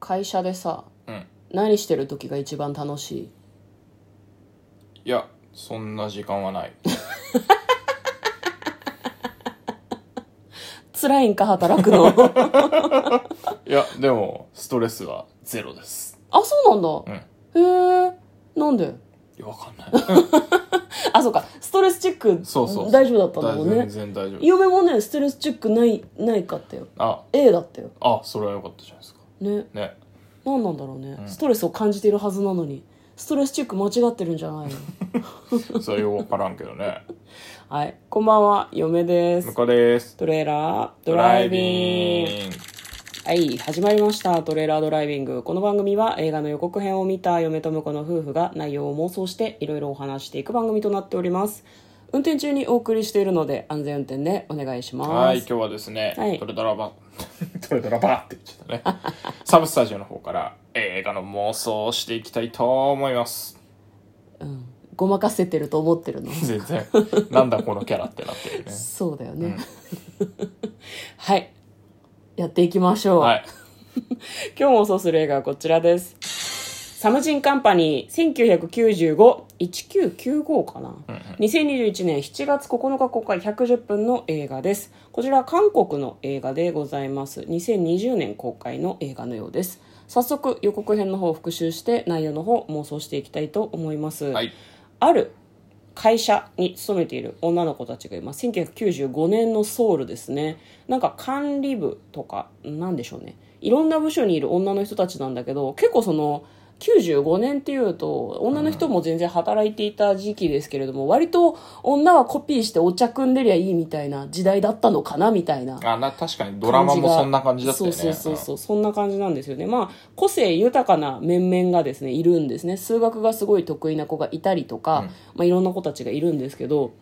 会社でさうん何してる時が一番楽しいいやそんな時間はない辛いんか働く のいやでもストレスはゼロですあそうなんだ、へえなんでいやわかんないあそうかストレスチェックそうそうそう大丈夫だったんだもん全ね然大丈夫嫁もねストレスチェックないないかったよあ A だったよあそれは良かったじゃないですかねね何なんだろうね、ストレスを感じているはずなのにストレスチェック間違ってるんじゃないのそれはよくわからんけ どねはいこんばんは嫁です向こうですトレーラードライビングングはい、始まりました。トレーラードライビング。この番組は映画の予告編を見た嫁と婿の夫婦が内容を妄想していろいろお話していく番組となっております。運転中にお送りしているので安全運転でお願いします。はい今日はですね、はいトレドラバ トレドラバって言っち ゃったねサブスタジオの方から映画の妄想をしていきたいと思います。うん、ごまかせてると思ってるの全然なんだこのキャラってなってる ねそうだよね。 はい。やっていきましょう。はい今日妄想する映画はこちらです。サムジンカンパニー1995-1995かな、2021年7月9日公開110分の映画ですこちらは韓国の映画でございます2020年公開の映画のようです早速予告編の方を復習して内容の方を妄想していきたいと思います、はいある会社に勤めている女の子たちがいます1995年のソウルですねなんか管理部とかなんでしょうねいろんな部署にいる女の人たちなんだけど結構その95年っていうと女の人も全然働いていた時期ですけれども、割と女はコピーしてお茶汲んでりゃいいみたいな時代だったのかなみたいなあな確かにドラマもそんな感じだったよねそうそうそうそう、そんな感じなんですよねまあ個性豊かな面々がですねいるんですね数学がすごい得意な子がいたりとか、まあ、いろんな子たちがいるんですけど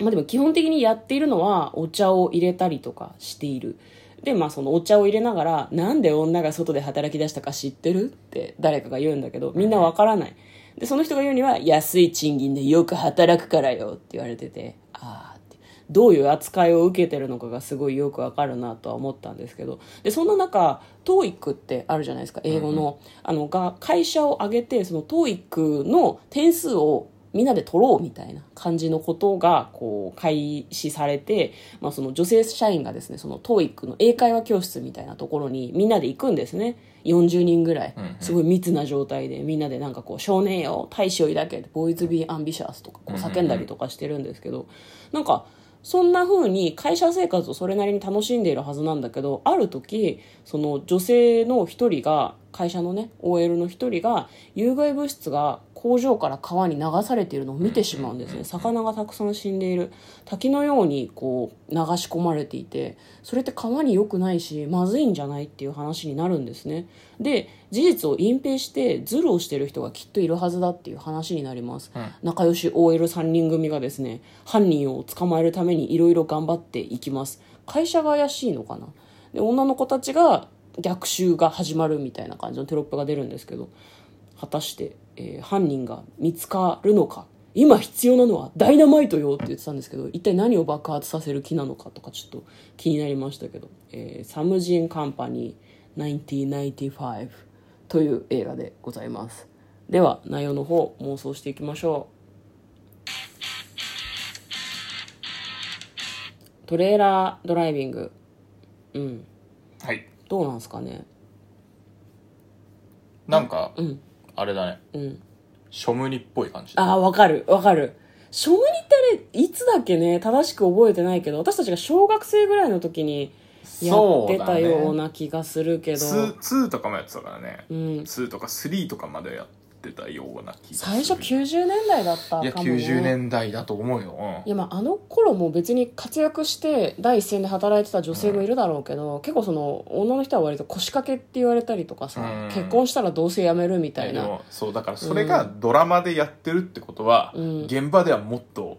まあでも基本的にやっているのはお茶を入れたりとかしているでまあそのお茶を入れながらなんで女が外で働き出したか知ってるって誰かが言うんだけどみんなわからないでその人が言うには安い賃金でよく働くからよって言われててああってどういう扱いを受けてるのかがすごいよくわかるなとは思ったんですけどでそんな中 TOEIC ってあるじゃないですか英語の,、あのが会社を挙げてその TOEIC の点数をみんなで取ろうみたいな感じのことがこう開始されて、まあ、その女性社員がですねその TOEIC の英会話教室みたいなところにみんなで行くんですね40人ぐらいすごい密な状態でみんなでなんかこう「少年よ大使を抱け」ボーイズ・ビー・アンビシャス」とかこう叫んだりとかしてるんですけどなんかそんな風に会社生活をそれなりに楽しんでいるはずなんだけどある時その女性の一人が会社のね OL の一人が有害物質が工場から川に流されているのを見てしまうんですね魚がたくさん死んでいる滝のようにこう流し込まれていてそれって川に良くないしまずいんじゃないっていう話になるんですねで事実を隠蔽してズルをしてる人がきっといるはずだっていう話になります、仲良し OL3 人組がですね犯人を捕まえるためにいろいろ頑張っていきます会社が怪しいのかなで女の子たちが逆襲が始まるみたいな感じのテロップが出るんですけど果たして、えー犯人が見つかるのか今必要なのはダイナマイトよって言ってたんですけど一体何を爆発させる気なのかとかちょっと気になりましたけど「えーサムジン・カンパニー1995」という映画でございますでは内容の方妄想していきましょうトレーラードライビングうんはいどうなんですかねなんか、んあれだねうんショムニっぽい感じだああ、わかる、わかる。ショムニってあれ、いつだっけね、正しく覚えてないけど、私たちが小学生ぐらいの時にやっそうてだたねような気がするけど、 2, 2とかもやってたからね、うん、 2とか3とかまでやってたような気がする最初90年代だったかも、いね。や90年代だと思うよ、いやまああの頃も別に活躍して第一線で働いてた女性もいるだろうけど、結構その女の人は割と腰掛けって言われたりとかさ、うん結婚したらどうせ辞めるみたいでなもそうだからそれがドラマでやってるってことは、うん現場ではもっと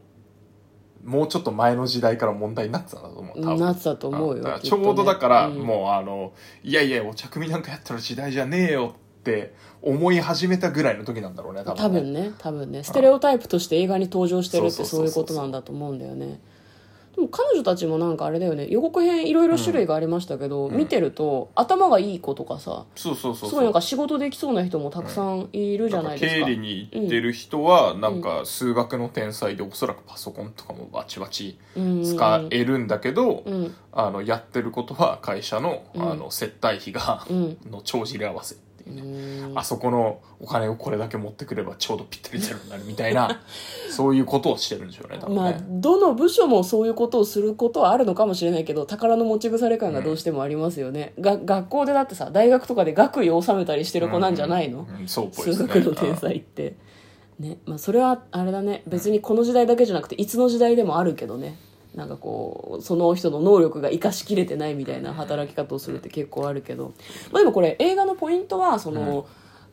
もうちょっと前の時代から問題になってたんだと思う多分なってたと思うよ、んだからきっちとねょうどだから、うんもうあのいやいやお茶組なんかやったら時代じゃねえよって思い始めたぐらいの時なんだろうね多分多分ね多分ねステレオタイプとして映画に登場してるってそうそそうういうそうこそうとなんだと思うんだよねでも彼女たちもなんかあれだよね予告編いろいろ種類がありましたけど、見てると頭がいい子とかさそうそうそうすごいなんか仕事できそうな人もたくさんいるじゃないですか,、経理に行ってる人はなんか数学の天才でおそらくパソコンとかもバチバチ使えるんだけど、んあのやってることは会社の,、あの接待費が、 んの帳尻合わせっていうね、うんあそこのお金をこれだけ持ってくればちょうどぴったりゼロになるみたい なそういうことをしてるんでしょうね多分ね、まあ、どの部署もそういうことをすることはあるのかもしれないけど宝の持ち腐れ感がどうしてもありますよね、が学校でだってさ大学とかで学位を収めたりしてる子なんじゃないの、うんうんそうっぽい数ですね学の天才って、ねまあ、それはあれだね別にこの時代だけじゃなくていつの時代でもあるけどねなんかこうその人の能力が生かしきれてないみたいな働き方をするって結構あるけど、まあ、でもこれ映画のポイントはその、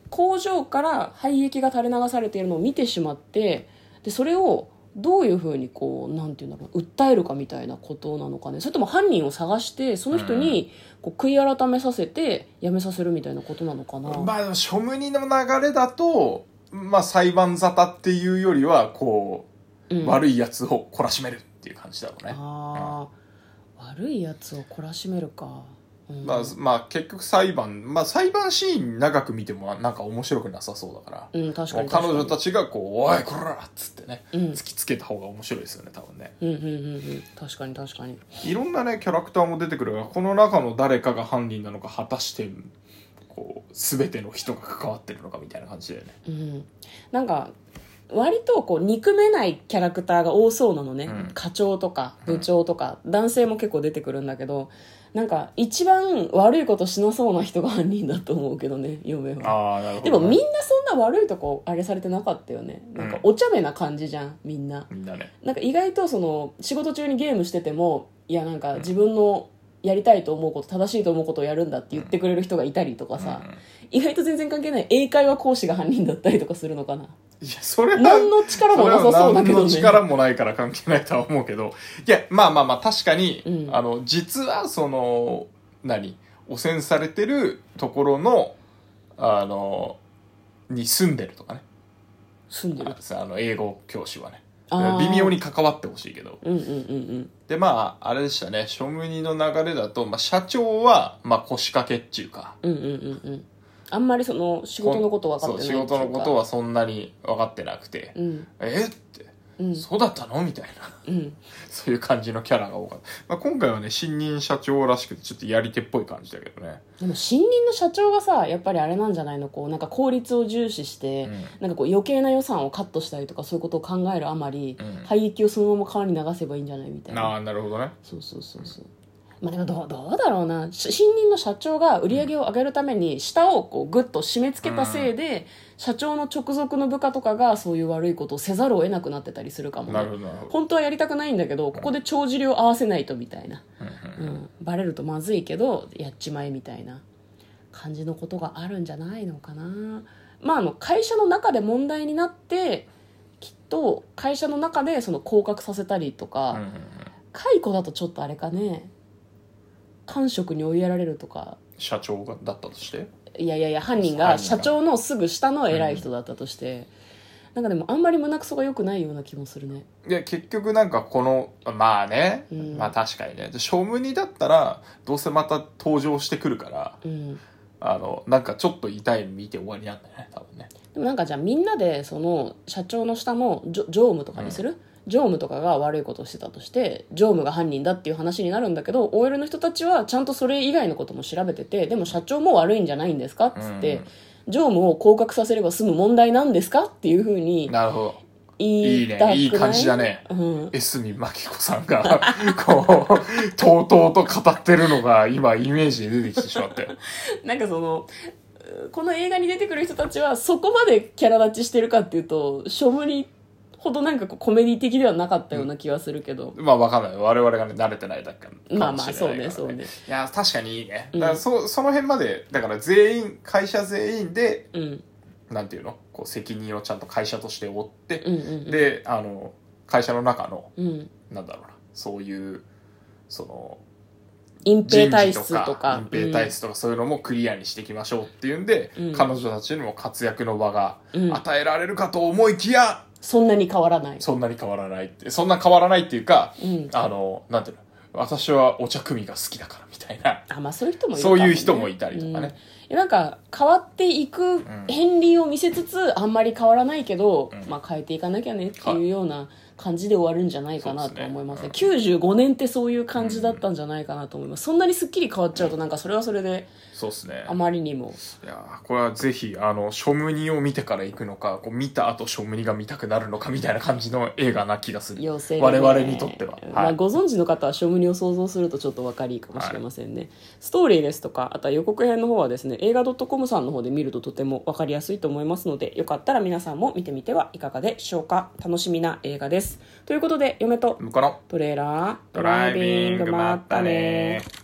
工場から廃液が垂れ流されているのを見てしまってでそれをどういうふうにこうなんていうんだろう訴えるかみたいなことなのかねそれとも犯人を探してその人にこう悔い改めさせて辞めさせるみたいなことなのかな、まあでも、庶務にの流れだと、まあ裁判沙汰っていうよりは、こう、うん悪いやつを懲らしめるっていう感じだろうね。ああ、悪いやつを懲らしめるか、うんまあ、まあ結局裁判、まあ裁判シーン長く見てもなんか面白くなさそうだから。うん確かに確彼かに女たちがこう、おい、こらっつってね、うん突きつけた方が面白いですよね、多分ね。うんうんうんうん確かに確かにいろんなね、キャラクターも出てくるが、この中の誰かが犯人なのか、果たして、こう、すべての人が関わってるのかみたいな感じだよね。うんなんか割とこう憎めないキャラクターが多そうなのね、うん課長とか部長とか、男性も結構出てくるんだけどなんか一番悪いことしなそうな人が犯人だと思うけどね嫁はああ、なるほでど、もみんなそんな悪いとこあれされてなかったよねなんかお茶目な感じじゃんみんなみんなね。なんか意外とその仕事中にゲームしててもいやなんか自分のやりたいと思うこと正しいと思うことをやるんだって言ってくれる人がいたりとかさ、うん意外と全然関係ない英会話講師が犯人だったりとかするのか ないや、それは、何の力もなさそうだけそれは何どのね力もないから関係ないとは思うけど。いや、まあまあまあ、確かに、うんあの、実は、その、何汚染されてるところの、あの、に住んでるとかね。住んでるあの、英語教師はねあー。微妙に関わってほしいけど。うんうんうんで、まあ、あれでしたね。庶務人の流れだと、まあ、社長は、まあ、腰掛けっていうか。うんうんうんうんうんあんまりその仕事のこと分かってないっていそう仕うか事のことはそんなに分かってなくて。うんえって、うんそうだったのみたいな。うんそういう感じのキャラが多かった。まあ、今回はね、新任社長らしくて、ちょっとやり手っぽい感じだけどね。でも新任の社長がさやっぱりあれなんじゃないのこうなんか効率を重視して、うんなんかこう余計な予算をカットしたりとかそういうことを考えるあまり、うん廃液をそのまま川に流せばいいんじゃないみたいなああ、なるほどね。そうそうそうそうまあでもどうどうだろうなし新任の社長が売り上げを上げるために下をこうグッと締め付けたせいで、社長の直属の部下とかがそういう悪いことをせざるを得なくなってたりするかもねなるほど、なるほど。本当はやりたくないんだけどここで帳尻を合わせないとみたいな、うんうんバレるとまずいけどやっちまえみたいな感じのことがあるんじゃないのかなまああの会社の中で問題になってきっと会社の中でその降格させたりとか、うんうんうん解雇だとちょっとあれかね官職に追いやられるとか社長がだったとしていやいやいや犯人犯が社人が長のすぐ下の偉い人だったとして、なんかでもあんまり胸くそが良くないような気もするねいや、結局なんかこの、まあね、うんまあ確かにね。で、庶務にだったら、どうせまた登場してくるから、うんあの、なんかちょっと痛い目見て終わりなんだよね、多分ね。でもなんかじゃあみんなでその社長の下のじょ常務とかにする、常務とかが悪いことをしてたとして常務が犯人だっていう話になるんだけど OL の人たちはちゃんとそれ以外のことも調べててでも社長も悪いんじゃないんですかっつって、常務を降格させれば済む問題なんですかっていうふうになるほど。言いいいたくなね。いいい感じだね。うん、江角真紀子さんが、こう、とうとうと語ってるのが、今、イメージで出てきてしまったよ。なんかそのうこの映画に出てくる人たちはそこまでキャラ立ちしてるかっていうとしょむりほどなんかこうコメディ的ではなかったような気はするけど、まあわかんない。我々がね、慣れてないだけかもしれないまあから、まあそうねそうね。いや、確かにいいね。うんだからそ、その辺まで、だから全員、会社全員で、うん、なんていうのこう、責任をちゃんと会社として負って、うんうんで、あの、会社の中の、うんうんなんだろうな、そういう、その、隠蔽人体事質ととかか、隠蔽体質とか、そういうのもクリアにしていきましょうっていうんで、うん彼女たちにも活躍の場がうん与えられるかと思いきや、うそんなに変わらないそんなに変わらないってそんな変わらないっていうか、うんあのなんていうの私はお茶組みが好きだからみたいなあまあそういう人もいるそういう人もいたりとかねうんいやなんか変わっていく片鱗を見せつつ、あんまり変わらないけど、うんまあ変えていかなきゃねっていうような感じで終わるんじゃないかなそうとですね思いますね95年ってそういう感じだったんじゃないかなと思います、そんなにすっきり変わっちゃうとなんかそれはそれでそうですねあまりにもいやーこれはぜひあのショムニを見てから行くのかこう見た後ショムニが見たくなるのかみたいな感じの映画な気がする要請でね我々にとっては、まはあ、いご存知の方はショムニを想像するとちょっと分かりいいかもしれませんね、ストーリーですとかあとは予告編の方はですね映画 .com さんの方で見るととても分かりやすいと思いますのでよかったら皆さんも見てみてはいかがでしょうか楽しみな映画ですということで嫁と向こうのトレーラードドライビングまったねー